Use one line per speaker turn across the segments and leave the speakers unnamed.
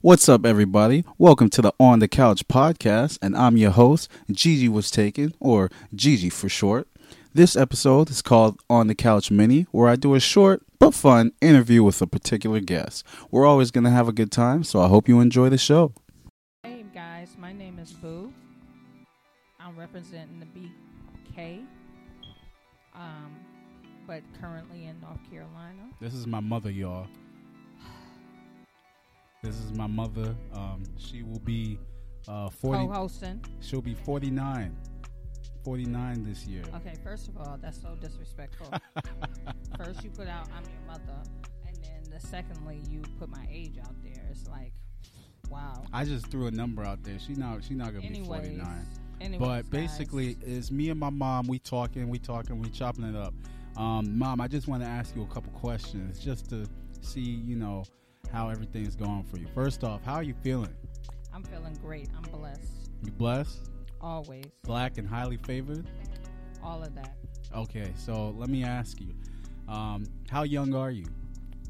What's up, everybody? Welcome to the On the Couch podcast, and I'm your host, Gigi Was Taken, or Gigi for short. This episode is called On the Couch Mini, where I do a short but fun interview with a particular guest. We're always going to have a good time, so I hope you enjoy the show.
Hey guys, my name is Boo. I'm representing the BK, um, but currently in North Carolina.
This is my mother, y'all. This is my mother. Um, she will be uh,
Oh,
40.
Co-hosting.
She'll be 49. 49 this year.
Okay, first of all, that's so disrespectful. first, you put out "I'm your mother," and then the secondly, you put my age out there. It's like, wow.
I just threw a number out there. She not she not gonna be
Anyways,
49.
anyways,
But
guys,
basically, it's me and my mom. We talking, we talking, we chopping it up. Um, mom, I just want to ask you a couple questions just to see, you know, how everything's going for you. First off, how are you feeling?
I'm feeling great. I'm blessed
You blessed,
always.
black, and highly favored.
All of that.
Okay, so let me ask you, um, how young are you?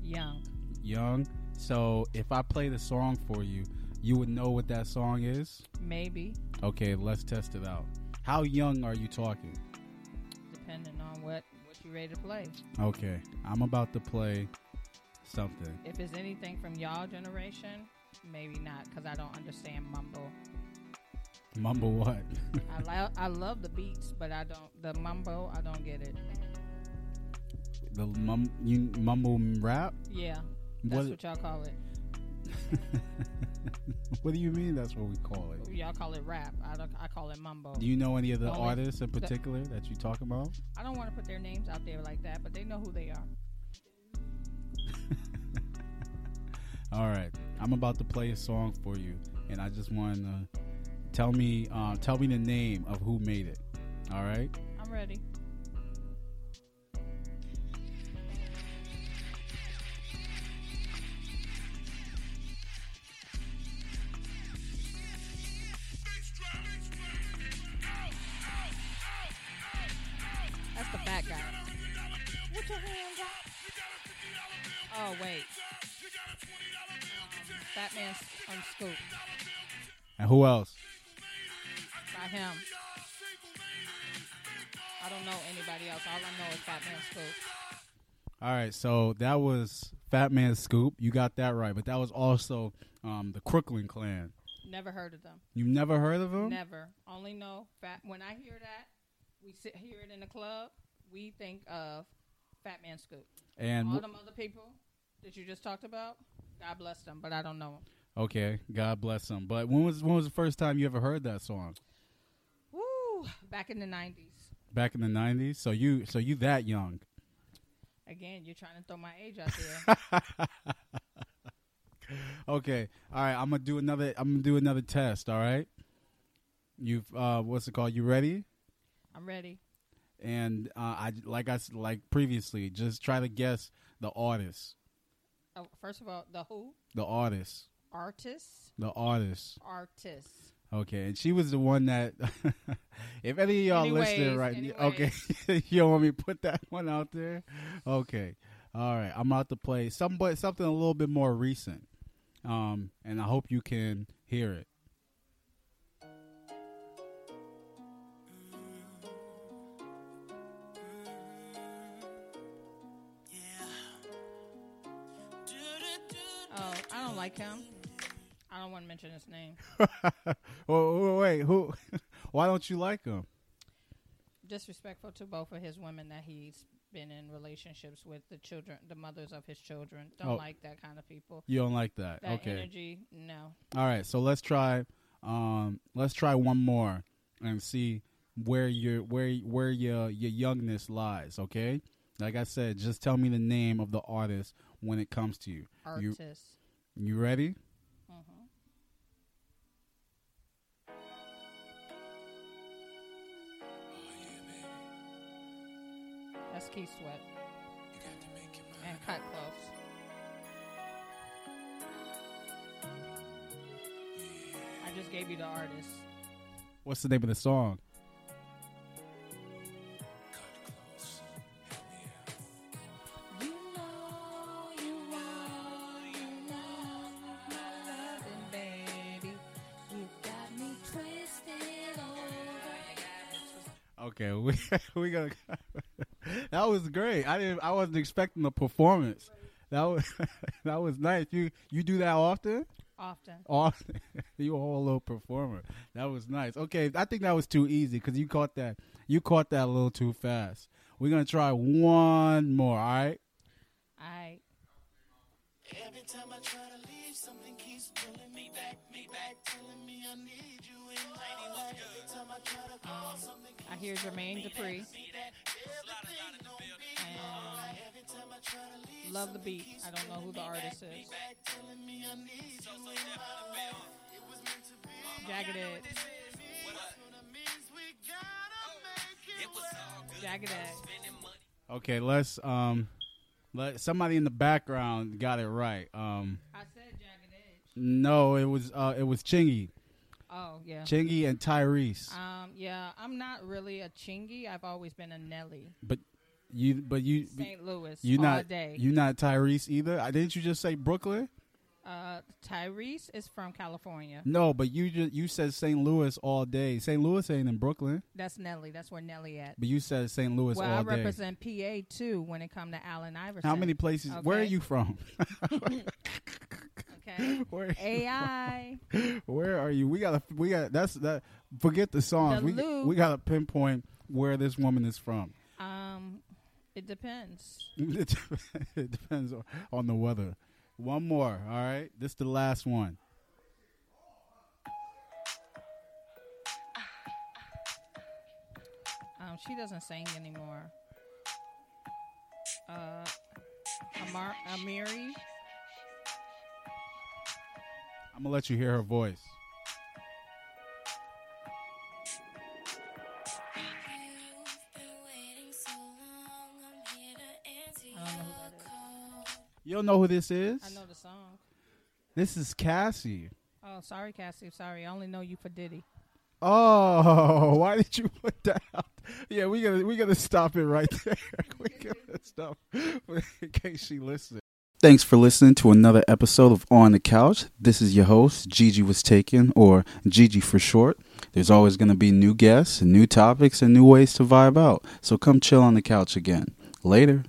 Young.
Young. So if I play the song for you, you would know what that song is.
Maybe,
Okay, let's test it out. How young are you talking?
depending on what what you ready to play.
Okay, I'm about to play something.
If it's anything from y'all generation, maybe not, because I don't understand mumble.
Mumble what?
I, lo- I love the beats, but I don't, the mumbo, I don't get it.
the mum you mumble rap?
Yeah, that's
What?
what, y'all call it.
what do you mean? That's what we call it.
Y'all call it rap. I, don't, I call it mumbo.
Do you know any of the
Only-
artists in particular that you talk about?
I don't want to put their names out there like that, but they know who they are.
All right, I'm about to play a song for you, and I just want to tell me uh, tell me the name of who made it. All right.
I'm ready. That's the fat guy. What your hands up? Oh wait. Um, fat man's on scoop
And who else?
by him. I don't know anybody else. All I know is Fat Man Scoop.
All right, so that was Fat Man Scoop. You got that right, but that was also um, the Crooklyn Clan.
Never heard of them.
You never heard of them?
Never. Only know fat. When I hear that, we sit hear it in the club. We think of Fat Man Scoop.
And
All
w-
them other people that you just talked about, God bless them, but I don't know them.
okay, God bless them. But when was when was the first time you ever heard that song?
Woo! Back in the nineties.
Back in the '90s. So you so you that young?
Again, you're trying to throw my age out there.
Okay. All right. I'm gonna do another. I'm gonna do another test. All right. You've uh, what's it called? You ready?
I'm ready.
And uh, I like I s- like previously, just try to guess the artist.
Oh, first of all, the who
The artist.
artists,
The artist.
artists.
Okay, and she was the one that, if any of y'all listening
Anyways,
right, okay, you don't want me to put that one out there. Okay, all right, I'm out to play some, but something a little bit more recent, um, and I hope you can hear it.
Oh, I don't like him. I don't want to mention his name.
Oh, wait, who? Why don't you like him?
disrespectful to both of his women that he's been in relationships with the children the mothers of his children don't
Oh.
like that kind of people
You don't like that?
that
okay,
energy no
all right. So let's try, um, let's try one more and see where your where where your your youngness lies. Okay, like I said, just tell me the name of the artist when it comes to you. You
artists Mm-hmm.
you ready?
that's key sweat and cut close i just gave you the artist
What's the name of the song?
you know you know you know my love
Okay, we we gonna. that was great. I didn't. I wasn't expecting the performance. That was that was nice. You you do that often?
Often.
Often. you a whole little performer. That was nice. Okay, I think that was too easy because you caught that. You caught that a little too fast. We're gonna try one more. All right.
I
Every time I try to leave, something keeps pulling me back, me back, telling me I need you in my life. Every time I try to call, something
Um, I hear Jermaine Dupri
everything don't be
and
right. Every time I try to leave,
love the beat. I don't know who the artist is.
back, telling me I need you in my life. It was meant to be.
Jagged Edge.
Gonna means we gotta make it work.
Jagged Edge.
Okay. Let's um. Let somebody in the background got it right. Um.
I said Jagged Edge.
No, it was uh. It was Chingy,
Oh yeah.
Chingy and Tyrese.
Um yeah. I'm not really a Chingy. I've always been a Nelly.
But you, but you,
St. Louis
you
all
not
day.
you not Tyrese either. I, didn't you just say Brooklyn?
uh, Tyrese is from California.
No, but you just you said St. Louis all day. St. Louis ain't in Brooklyn,
That's Nelly. That's where Nelly at.
but you said St. Louis
Well, I
all day.
represent PA too when it comes to Allen Iverson.
How many places? Where are
Okay.
you from?
Okay.
where,
AI.
where are you? We gotta we got that's that. Forget the songs.
The
we
Lou.
we gotta pinpoint where this woman is from.
um, it depends.
it depends on, on the weather. One more, all right. This the last one.
Um, she doesn't sing anymore. Uh, Amar- Amiri.
I'm gonna let you hear her voice. You don't know who this is?
I know the song.
This is Cassie.
Oh, sorry, Cassie. Sorry, I only know you for Diddy.
Oh, why did you put that out? Yeah, we gotta we gotta stop it right there. we gotta stop in case she listens. Thanks for listening to another episode of On the Couch. This is your host, Gigi was taken, or Gigi for short. There's always gonna be new guests, new topics, and new ways to vibe out. So come chill on the couch again. Later.